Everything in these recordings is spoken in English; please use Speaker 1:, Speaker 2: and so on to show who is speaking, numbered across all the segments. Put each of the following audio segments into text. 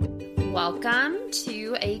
Speaker 1: Welcome to A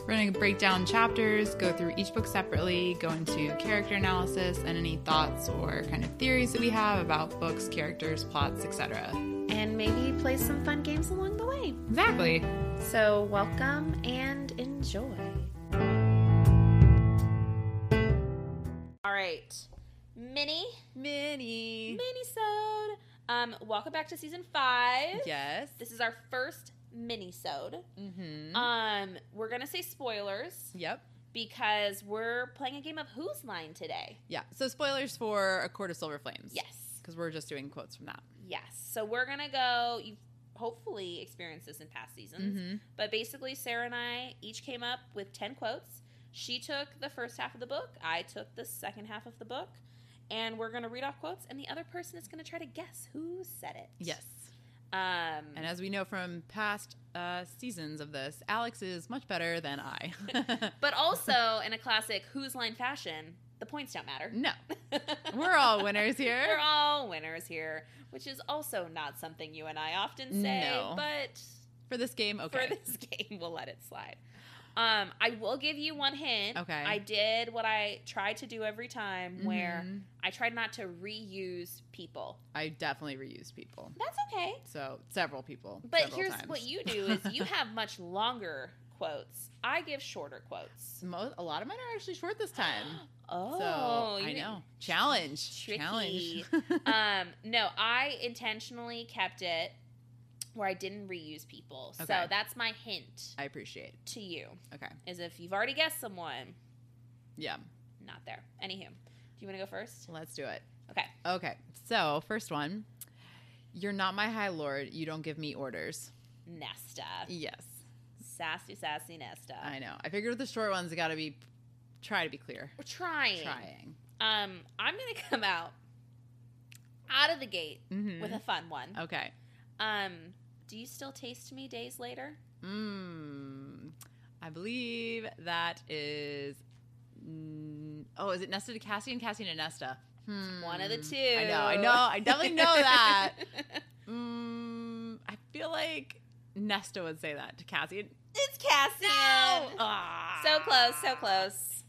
Speaker 2: We're going to break down chapters, go through each book separately, go into character analysis and any thoughts or kind of theories that we have about books, characters, plots, etc.
Speaker 1: And maybe play some fun games along the way.
Speaker 2: Exactly.
Speaker 1: So welcome and enjoy. All right. Minnie.
Speaker 2: Minnie.
Speaker 1: minisode. Um, welcome back to season five.
Speaker 2: Yes.
Speaker 1: This is our first minisode.
Speaker 2: Mm-hmm.
Speaker 1: Um, we're gonna say spoilers
Speaker 2: Yep.
Speaker 1: because we're playing a game of Who's Line today.
Speaker 2: Yeah. So spoilers for A Court of Silver Flames.
Speaker 1: Yes,
Speaker 2: Because we're just doing quotes from that.
Speaker 1: yes. So we're gonna go. You've hopefully experienced this in past seasons,
Speaker 2: Mhm.
Speaker 1: but basically, Sarah and I each came up with ten quotes. She took the first half of the book. I took the second half of the book. And we're going to read off quotes, and the other person is going to try to guess who said it.
Speaker 2: Yes.
Speaker 1: Um,
Speaker 2: And as we know from past uh, seasons of this, Alex is much better than I.
Speaker 1: But also, in a classic Who's Line fashion, the points don't matter.
Speaker 2: no. We're all winners here.
Speaker 1: We're all winners here, which is also not something you and I often say,
Speaker 2: No.
Speaker 1: but
Speaker 2: For this game, okay.
Speaker 1: for this game, we'll let it slide. Um, I will give you one hint.
Speaker 2: Okay.
Speaker 1: I did what I try to do every time, where
Speaker 2: Mhm.
Speaker 1: I tried not to reuse people.
Speaker 2: I definitely reused people.
Speaker 1: That's okay.
Speaker 2: So several people.
Speaker 1: But
Speaker 2: several
Speaker 1: here's
Speaker 2: times.
Speaker 1: what you do is you have much longer quotes. I give shorter quotes.
Speaker 2: Mo- a lot of mine are actually short this time.
Speaker 1: Oh,
Speaker 2: so
Speaker 1: you
Speaker 2: I
Speaker 1: didn't-
Speaker 2: know challenge,
Speaker 1: Tricky.
Speaker 2: challenge.
Speaker 1: um, no, I intentionally kept it where I didn't reuse people. So
Speaker 2: Okay.
Speaker 1: that's my hint
Speaker 2: I appreciate. it.
Speaker 1: to you
Speaker 2: Okay,
Speaker 1: is if you've already guessed someone,
Speaker 2: yeah,
Speaker 1: not there. Anywho, do you want to go first?
Speaker 2: let's do it.
Speaker 1: Okay.
Speaker 2: Okay, so first one, you're not my high lord. You don't give me orders.
Speaker 1: Nesta.
Speaker 2: Yes,
Speaker 1: Sassy, sassy Nesta.
Speaker 2: I know. I figured with the short ones, I got to be try to be clear.
Speaker 1: We're trying.
Speaker 2: Trying.
Speaker 1: Um, I'm going to come out out of the gate
Speaker 2: Mhm.
Speaker 1: with a fun one.
Speaker 2: Okay.
Speaker 1: Um, do you still taste me days later?
Speaker 2: Mm, I believe that is. mm, oh, is it Nesta to Cassian? Cassian to Nesta. Hmm.
Speaker 1: One of the two.
Speaker 2: I know. I know. I definitely know that. Mm, I feel like Nesta would say that to Cassian.
Speaker 1: it's Cassian.
Speaker 2: Ah.
Speaker 1: So close, so close.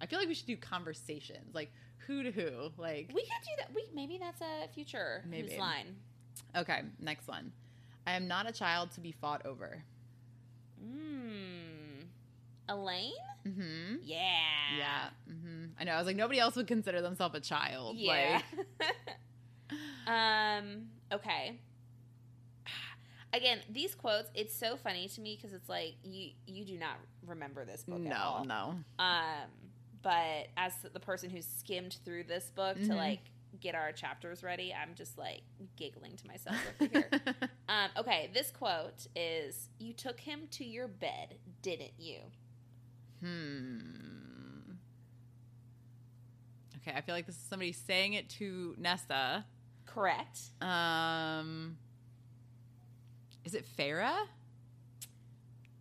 Speaker 2: I feel like we should do conversations, like who to who. Like
Speaker 1: We could do that. We maybe that's a future
Speaker 2: Maybe.
Speaker 1: who's line.
Speaker 2: okay, next one. I am not a child to be fought over.
Speaker 1: Mm. Elaine?
Speaker 2: Mm-hmm.
Speaker 1: Yeah.
Speaker 2: Yeah. Mm-hmm. I know. I was like, nobody else would consider themselves a child.
Speaker 1: Yeah.
Speaker 2: Like,
Speaker 1: um. Okay. Again, these quotes. It's so funny to me because it's like you you do not remember this book. at
Speaker 2: no,
Speaker 1: all.
Speaker 2: no.
Speaker 1: Um, but as the person who skimmed through this book to
Speaker 2: Mhm.
Speaker 1: like get our chapters ready, I'm just like giggling to myself over here. um, okay, this quote is You took him to your bed, didn't you?
Speaker 2: Hmm. Okay, I feel like this is somebody saying it to Nesta.
Speaker 1: Correct.
Speaker 2: Um, is it Farah?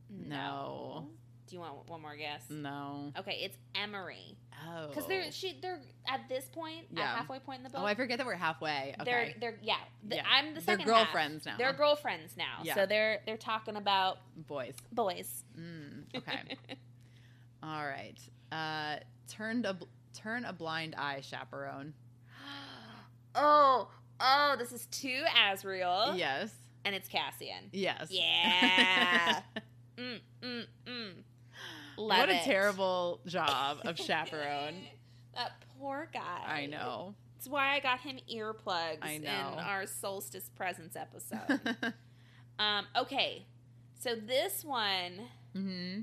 Speaker 2: No. Mm.
Speaker 1: Do you want one more guess?
Speaker 2: No.
Speaker 1: Okay, it's Emery.
Speaker 2: Oh,
Speaker 1: Because they're she they're at this point,
Speaker 2: Yeah.
Speaker 1: at halfway point in the book.
Speaker 2: oh, I forget that we're halfway. Okay.
Speaker 1: They're they're yeah. The-
Speaker 2: Yeah.
Speaker 1: I'm the
Speaker 2: They're
Speaker 1: second half.
Speaker 2: girlfriends now.
Speaker 1: They're girlfriends now.
Speaker 2: Yeah.
Speaker 1: So they're they're talking about
Speaker 2: boys.
Speaker 1: boys.
Speaker 2: Mm, okay. All right. Uh, turned a bl- turn a blind eye, chaperone.
Speaker 1: oh, oh, this is two Asriel.
Speaker 2: Yes.
Speaker 1: And it's Cassian.
Speaker 2: Yes.
Speaker 1: Yeah. Mm, mm, mm. Love
Speaker 2: what a
Speaker 1: it.
Speaker 2: terrible job of chaperone.
Speaker 1: that poor guy.
Speaker 2: I know.
Speaker 1: It's why I got him earplugs
Speaker 2: I
Speaker 1: in
Speaker 2: know.
Speaker 1: our solstice presents episode. um, okay, so this one
Speaker 2: hmm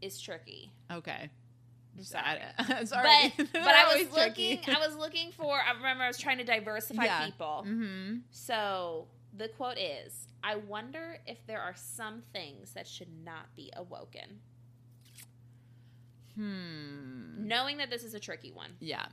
Speaker 1: is tricky.
Speaker 2: Okay.
Speaker 1: Sorry.
Speaker 2: Sad. Sorry.
Speaker 1: But but I was looking. I was looking for. I remember I was trying to diversify
Speaker 2: Yeah.
Speaker 1: people.
Speaker 2: hmm
Speaker 1: So the quote is: "I wonder if there are some things that should not be awoken."
Speaker 2: Hmm.
Speaker 1: Knowing that this is a tricky one.
Speaker 2: Yeah.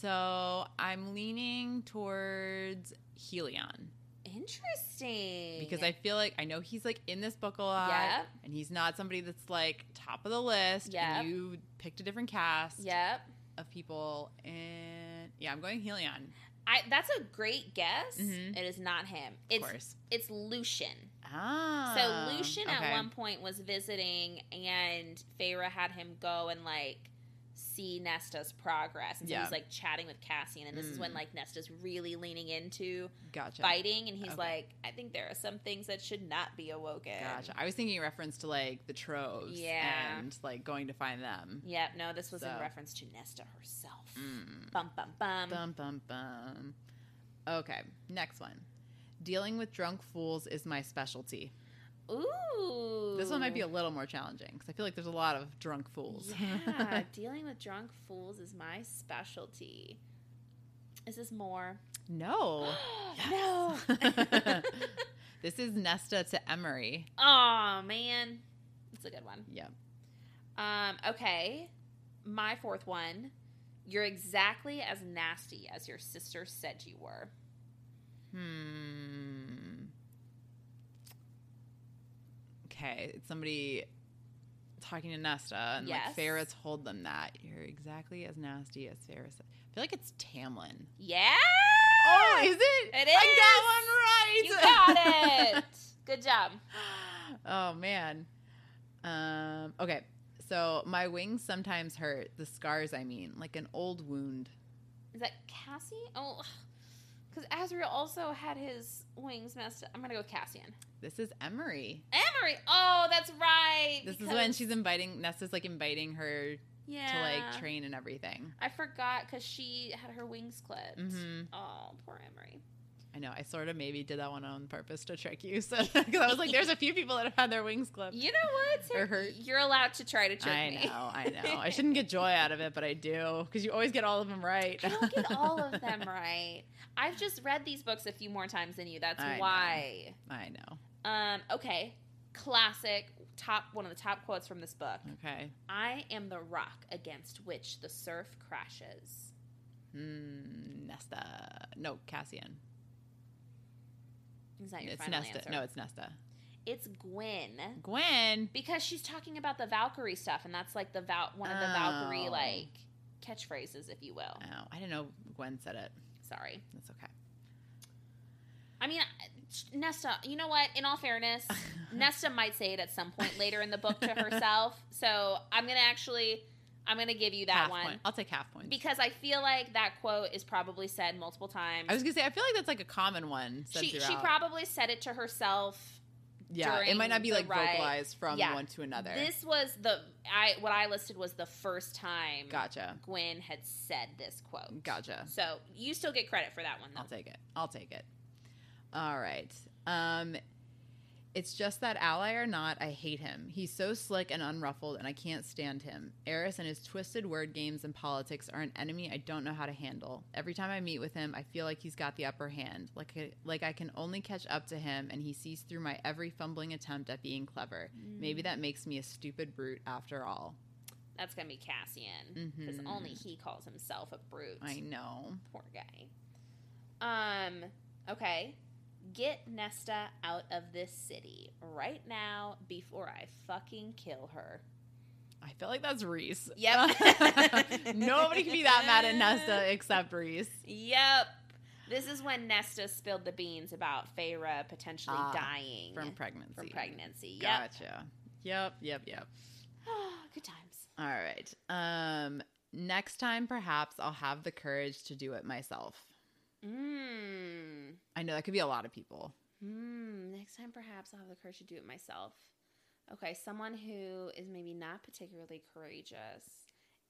Speaker 2: So I'm leaning towards Helion
Speaker 1: Interesting.
Speaker 2: because I feel like I know he's like in this book a lot,
Speaker 1: Yep.
Speaker 2: and he's not somebody that's like top of the list.
Speaker 1: Yep.
Speaker 2: and you picked a different cast
Speaker 1: Yep.
Speaker 2: of people, and yeah, I'm going Helion,
Speaker 1: I that's a great guess.
Speaker 2: Mhm.
Speaker 1: It is not him.
Speaker 2: of
Speaker 1: It's
Speaker 2: course.
Speaker 1: it's Lucian.
Speaker 2: Ah,
Speaker 1: so Lucian
Speaker 2: okay.
Speaker 1: at one point was visiting, and Feyre had him go and like see Nesta's progress, and so
Speaker 2: Yeah.
Speaker 1: he's like chatting with Cassian, and this is when
Speaker 2: Mm.
Speaker 1: like Nesta's really leaning into
Speaker 2: gotcha.
Speaker 1: fighting, and he's
Speaker 2: Okay.
Speaker 1: like, I think there are some things that should not be awoken.
Speaker 2: Gotcha. I was thinking in reference to like the troves
Speaker 1: Yeah.
Speaker 2: and like going to find them.
Speaker 1: Yep. No, this was in
Speaker 2: So.
Speaker 1: reference to Nesta herself.
Speaker 2: Mm.
Speaker 1: Bum bum bum.
Speaker 2: Bum bum bum. Okay, next one. Dealing with drunk fools is my specialty.
Speaker 1: Ooh.
Speaker 2: This one might be a little more challenging because I feel like there's a lot of drunk fools.
Speaker 1: Yeah, dealing with drunk fools is my specialty. Is this more?
Speaker 2: no.
Speaker 1: No.
Speaker 2: this is Nesta to Emery.
Speaker 1: oh man, it's a good one.
Speaker 2: Yep.
Speaker 1: Um, okay, my fourth one. You're exactly as nasty as your sister said you were.
Speaker 2: Hmm. Okay, it's somebody talking to Nesta, and
Speaker 1: Yes.
Speaker 2: like Farah told them that you're exactly as nasty as Farah said. I feel like it's Tamlin.
Speaker 1: Yeah,
Speaker 2: Oh, is it?
Speaker 1: It
Speaker 2: I
Speaker 1: you
Speaker 2: got one right.
Speaker 1: got it. Good job.
Speaker 2: oh man. Um. Okay. So my wings sometimes hurt. The scars, I mean, like an old wound.
Speaker 1: Is that Cassie? Oh, because Azriel also had his wings messed up. I'm gonna go with Cassian.
Speaker 2: This is Emery.
Speaker 1: Emery. Oh, that's right.
Speaker 2: This is
Speaker 1: because-
Speaker 2: when she's inviting Nesta's like inviting her
Speaker 1: yeah.
Speaker 2: to like train and everything.
Speaker 1: I forgot because she had her wings clipped.
Speaker 2: Mhm.
Speaker 1: Oh, poor Emery.
Speaker 2: I know. I sort of maybe did that one on purpose to trick you. So because I was like, there's a few people that have had their wings clipped.
Speaker 1: You know what?
Speaker 2: Or hurt.
Speaker 1: You're allowed to try to trick
Speaker 2: I
Speaker 1: me.
Speaker 2: know. I know. I shouldn't get joy out of it, but I do because you always get all of them right.
Speaker 1: I don't get all of them right. I've just read these books a few more times than you. That's
Speaker 2: I know.
Speaker 1: why.
Speaker 2: I know.
Speaker 1: Um, okay. Classic top one of the top quotes from this book.
Speaker 2: Okay.
Speaker 1: I am the rock against which the surf crashes.
Speaker 2: Mm, Nesta. No, Cassian.
Speaker 1: Is that your
Speaker 2: it's
Speaker 1: final
Speaker 2: Nesta.
Speaker 1: answer?
Speaker 2: No, it's Nesta.
Speaker 1: it's Gwen.
Speaker 2: Gwen.
Speaker 1: because she's talking about the Valkyrie stuff, and that's like the Val- one of the Valkyrie
Speaker 2: Oh.
Speaker 1: like catchphrases, if you will.
Speaker 2: Oh, I didn't know Gwen said it.
Speaker 1: Sorry,
Speaker 2: That's okay.
Speaker 1: I mean I- Nesta. You know what? In all fairness, Nesta might say it at some point later in the book to herself. So I'm gonna actually, I'm gonna give you that
Speaker 2: half
Speaker 1: one
Speaker 2: Point. I'll take half point.
Speaker 1: because I feel like that quote is probably said multiple times.
Speaker 2: I was gonna say I feel like that's like a common one. Said
Speaker 1: she she
Speaker 2: throughout.
Speaker 1: probably said it to herself.
Speaker 2: yeah. It might
Speaker 1: during
Speaker 2: not be
Speaker 1: the
Speaker 2: like
Speaker 1: ride.
Speaker 2: vocalized from
Speaker 1: Yeah.
Speaker 2: one to another.
Speaker 1: This was the I what I listed was the first time
Speaker 2: gotcha.
Speaker 1: Gwen had said this quote.
Speaker 2: Gotcha.
Speaker 1: So you still get credit for that one,
Speaker 2: I'll
Speaker 1: though.
Speaker 2: take it. I'll take it. All right. Um, it's just that ally or not, I hate him. He's so slick and unruffled, and I can't stand him. Eris and his twisted word games and politics are an enemy I don't know how to handle. Every time I meet with him, I feel like he's got the upper hand. Like, I- like I can only catch up to him, and he sees through my every fumbling attempt at being clever. Maybe that makes me a stupid brute after all.
Speaker 1: That's gonna be Cassian because
Speaker 2: Mhm.
Speaker 1: only he calls himself a brute.
Speaker 2: I know.
Speaker 1: Poor guy. Um. Okay. Get Nesta out of this city right now before I fucking kill her.
Speaker 2: I feel like that's Reese.
Speaker 1: Yep.
Speaker 2: Nobody can be that mad at Nesta except Reese.
Speaker 1: Yep. This is when Nesta spilled the beans about Feyre potentially
Speaker 2: Ah,
Speaker 1: dying
Speaker 2: From pregnancy.
Speaker 1: from pregnancy. Yep.
Speaker 2: Gotcha. Yep, yep, yep.
Speaker 1: Good times.
Speaker 2: All right. Um next time perhaps I'll have the courage to do it myself.
Speaker 1: Mmm.
Speaker 2: I know that could be a lot of people.
Speaker 1: Hmm. Next time, perhaps I'll have the courage to do it myself. Okay, someone who is maybe not particularly courageous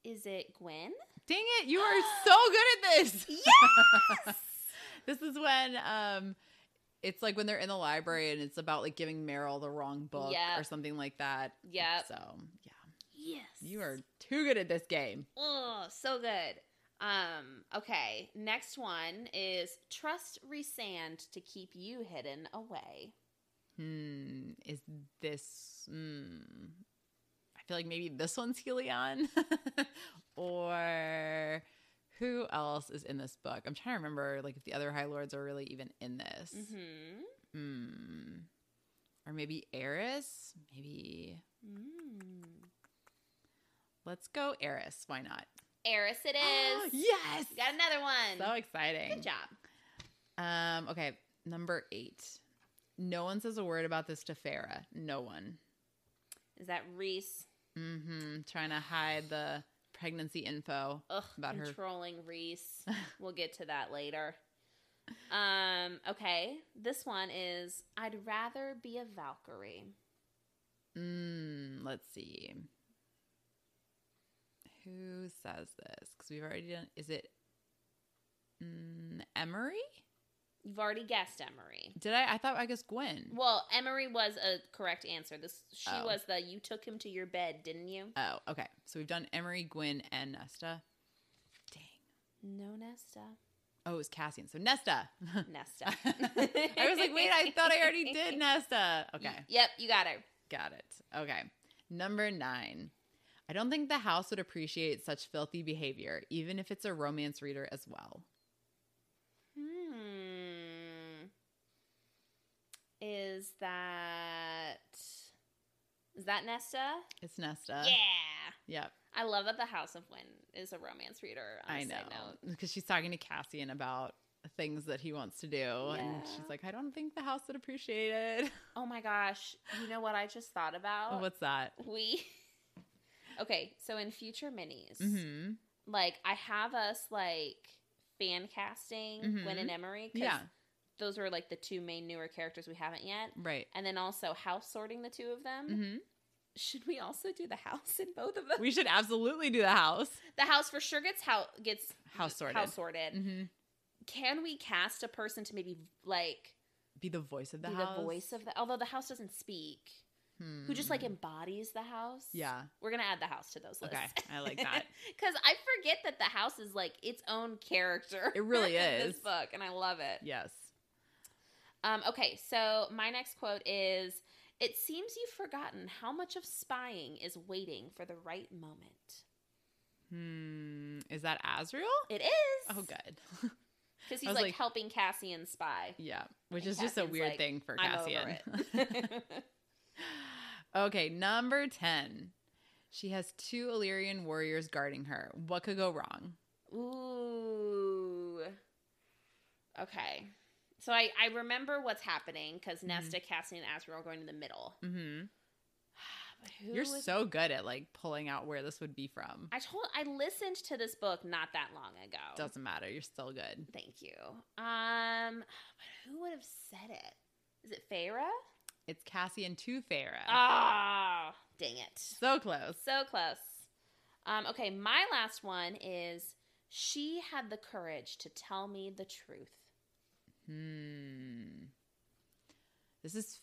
Speaker 1: Is it Gwen?
Speaker 2: Dang it, you are so good at this.
Speaker 1: Yes!
Speaker 2: this is when um it's like when they're in the library and it's about like giving Meryl the wrong book
Speaker 1: Yep.
Speaker 2: or something like that.
Speaker 1: Yep.
Speaker 2: So yeah.
Speaker 1: Yes.
Speaker 2: You are too good at this game.
Speaker 1: Oh, so good. Um, okay. Next one is trust resand to keep you hidden away.
Speaker 2: Hmm. Is this hmm I feel like maybe this one's Helion. or who else is in this book? I'm trying to remember like if the other High Lords are really even in this.
Speaker 1: Mm-hmm.
Speaker 2: Hmm. Or maybe Eris? Maybe
Speaker 1: Mm.
Speaker 2: let's go Eris. Why not?
Speaker 1: Eris it is.
Speaker 2: yes.
Speaker 1: Got another one.
Speaker 2: So exciting.
Speaker 1: good job.
Speaker 2: Um, okay, number eight. No one says a word about this to Farah. No one.
Speaker 1: Is that Reese?
Speaker 2: Mm-hmm. Trying to hide the pregnancy info.
Speaker 1: Ugh,
Speaker 2: About her-
Speaker 1: controlling Reese. we'll get to that later. Um, okay. This one is I'd rather be a Valkyrie.
Speaker 2: Mm, let's see. Who says this? Because we've already done. Is it mm, Emery?
Speaker 1: You've already guessed Emery.
Speaker 2: Did I? I thought I guess Gwen.
Speaker 1: Well, Emery was a correct answer. This she
Speaker 2: Oh.
Speaker 1: was the you took him to your bed, didn't you?
Speaker 2: Oh, okay. So we've done Emery, Gwen, and Nesta. Dang.
Speaker 1: No, Nesta.
Speaker 2: Oh, it was Cassian. So Nesta.
Speaker 1: Nesta.
Speaker 2: I was like, wait, I thought I already did Nesta. Okay.
Speaker 1: Yep, you got it.
Speaker 2: Got it. Okay. Number nine. I don't think the house would appreciate such filthy behavior, even if it's a romance reader as well.
Speaker 1: Hmm. Is that is that Nesta?
Speaker 2: It's Nesta.
Speaker 1: yeah.
Speaker 2: Yep.
Speaker 1: I love that the House of Wind is a romance reader. On a
Speaker 2: I
Speaker 1: side
Speaker 2: know.
Speaker 1: note.
Speaker 2: Because she's talking to Cassian about things that he wants to do. And
Speaker 1: Yeah.
Speaker 2: she's like, I don't think the house would appreciate it.
Speaker 1: Oh my gosh! You know what I just thought about?
Speaker 2: What's that?
Speaker 1: we? okay, so in future minis,
Speaker 2: hmm
Speaker 1: like I have us like fan casting Gwen and Emery because
Speaker 2: Mm-hmm. Yeah.
Speaker 1: those are like the two main newer characters we haven't yet,
Speaker 2: Right.
Speaker 1: and then also house sorting the two of them.
Speaker 2: hmm
Speaker 1: Should we also do the house in both of them?
Speaker 2: We should absolutely do the house.
Speaker 1: the house for sure gets how gets
Speaker 2: House sorted.
Speaker 1: house sorted.
Speaker 2: hmm
Speaker 1: Can we cast a person to maybe like
Speaker 2: Be the voice of the
Speaker 1: be
Speaker 2: house. Hmm.
Speaker 1: the voice of the although the house doesn't speak, who just like embodies the house?
Speaker 2: Mm-hmm. Yeah.
Speaker 1: we're gonna add the house to those lists.
Speaker 2: Okay. I like that.
Speaker 1: Because I forget that the house is like its own character.
Speaker 2: It really
Speaker 1: in
Speaker 2: is.
Speaker 1: this book, and I love it.
Speaker 2: yes.
Speaker 1: Um, okay, so my next quote is It seems you've forgotten how much of spying is waiting for the right moment.
Speaker 2: Hmm. Is that Azrael?
Speaker 1: It is.
Speaker 2: Oh, good.
Speaker 1: Because
Speaker 2: I
Speaker 1: he's
Speaker 2: was
Speaker 1: like,
Speaker 2: like-
Speaker 1: helping Cassian spy.
Speaker 2: yeah, which
Speaker 1: And
Speaker 2: is just a
Speaker 1: Cassian's
Speaker 2: weird
Speaker 1: like,
Speaker 2: thing for
Speaker 1: I'm
Speaker 2: Cassian.
Speaker 1: over it.
Speaker 2: okay, number 10. She has two Illyrian warriors guarding her. What could go wrong?
Speaker 1: Ooh. Okay. So I, I remember what's happening because
Speaker 2: Mhm.
Speaker 1: Nesta, Cassian, and Azrael are going to the middle.
Speaker 2: Mhm.
Speaker 1: But who
Speaker 2: You're
Speaker 1: was-
Speaker 2: so good at like pulling out where this would be from.
Speaker 1: I told I listened to this book not that long ago.
Speaker 2: Doesn't matter. You're still good.
Speaker 1: Thank you. Um, but who would have said it? Is it Feyre?
Speaker 2: It's Cassian to Farah.
Speaker 1: Ah, dang it!
Speaker 2: so close.
Speaker 1: So close. Um, okay, my last one is she had the courage to tell me the truth.
Speaker 2: Hmm. This is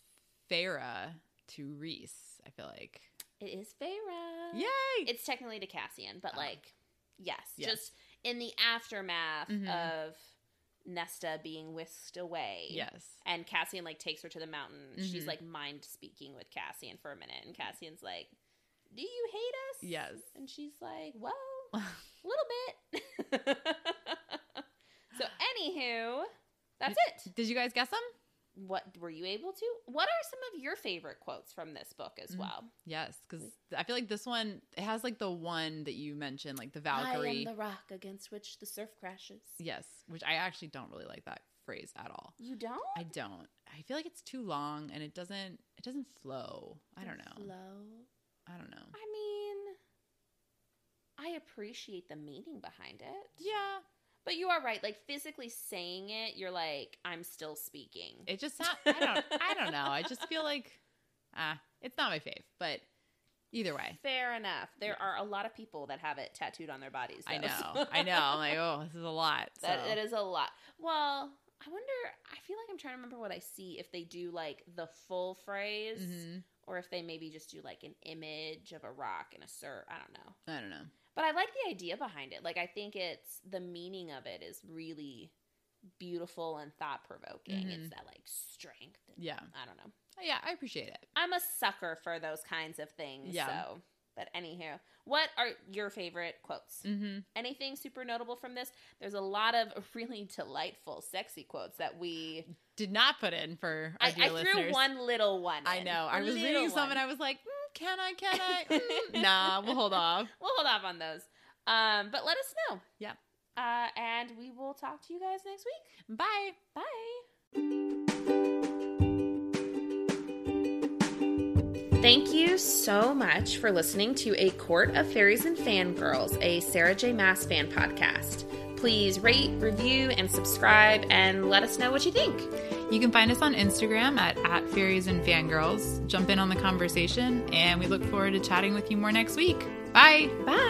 Speaker 2: Farah to Reese, I feel like.
Speaker 1: It is Feyre.
Speaker 2: Yay!
Speaker 1: Uh, it's technically to Cassian, but
Speaker 2: Oh.
Speaker 1: like, yes,
Speaker 2: Yes.
Speaker 1: just in the aftermath
Speaker 2: Mhm.
Speaker 1: of Nesta being whisked away.
Speaker 2: yes.
Speaker 1: And Cassian like takes her to the mountain. She's
Speaker 2: Mhm.
Speaker 1: like mind speaking with Cassian for a minute, and Cassian's like, "Do you hate us?"
Speaker 2: Yes.
Speaker 1: and she's like, "Well, a little bit." so, anywho, that's it.
Speaker 2: Did you guys guess them?
Speaker 1: What were you able to? What are some of your favorite quotes from this book as
Speaker 2: Mm.
Speaker 1: well?
Speaker 2: Yes, because I feel like this one it has like the one that you mentioned, like the Valkyrie.
Speaker 1: I am the rock against which the surf crashes.
Speaker 2: yes, which I actually don't really like that phrase at all.
Speaker 1: You don't?
Speaker 2: I don't. I feel like it's too long and it doesn't. It doesn't flow. I don't know.
Speaker 1: Flow.
Speaker 2: I don't know.
Speaker 1: I mean, I appreciate the meaning behind it.
Speaker 2: Yeah,
Speaker 1: But you are right. Like physically saying it, you're like, I'm still speaking.
Speaker 2: it just not. I don't. I don't know. I just feel like ah, it's not my fave, but Either way.
Speaker 1: Fair enough. There are a lot of people that have it tattooed on their bodies.
Speaker 2: I
Speaker 1: though,
Speaker 2: know.
Speaker 1: so-
Speaker 2: I know. I'm like, oh, this is a lot. So.
Speaker 1: That, that is a lot. Well, I wonder. I feel like I'm trying to remember what I see if they do like the full phrase
Speaker 2: Mhm.
Speaker 1: or if they maybe just do like an image of a rock and a sur. I don't know.
Speaker 2: I don't know.
Speaker 1: But I like the idea behind it. Like I think it's the meaning of it is really beautiful and thought provoking. It's that like strength. And,
Speaker 2: Mm-hmm. Yeah.
Speaker 1: I don't know.
Speaker 2: Yeah, I appreciate it.
Speaker 1: I'm a sucker for those kinds of things.
Speaker 2: Yeah.
Speaker 1: So. But anywho, what are your favorite quotes?
Speaker 2: Mm-hmm.
Speaker 1: anything super notable from this there's a lot of really delightful sexy quotes that we
Speaker 2: Did not put in for our
Speaker 1: I,
Speaker 2: dear
Speaker 1: I
Speaker 2: listeners.
Speaker 1: threw one little one
Speaker 2: I
Speaker 1: in.
Speaker 2: know. I was
Speaker 1: Little
Speaker 2: reading some
Speaker 1: one.
Speaker 2: and I was like, mm, can I? Can I? Mm, nah, we'll hold off.
Speaker 1: we'll hold off on those um but let us know
Speaker 2: Yep.
Speaker 1: uh and we will talk to you guys next week
Speaker 2: Bye.
Speaker 1: bye Thank you so much for listening to A Court of Fairies and Fangirls, a Sarah J. Mass fan podcast. Please rate, review, and subscribe, and let us know what you think.
Speaker 2: You can find us on Instagram at, at Fairies and Fangirls. Jump in on the conversation, and we look forward to chatting with you more next week. Bye.
Speaker 1: Bye.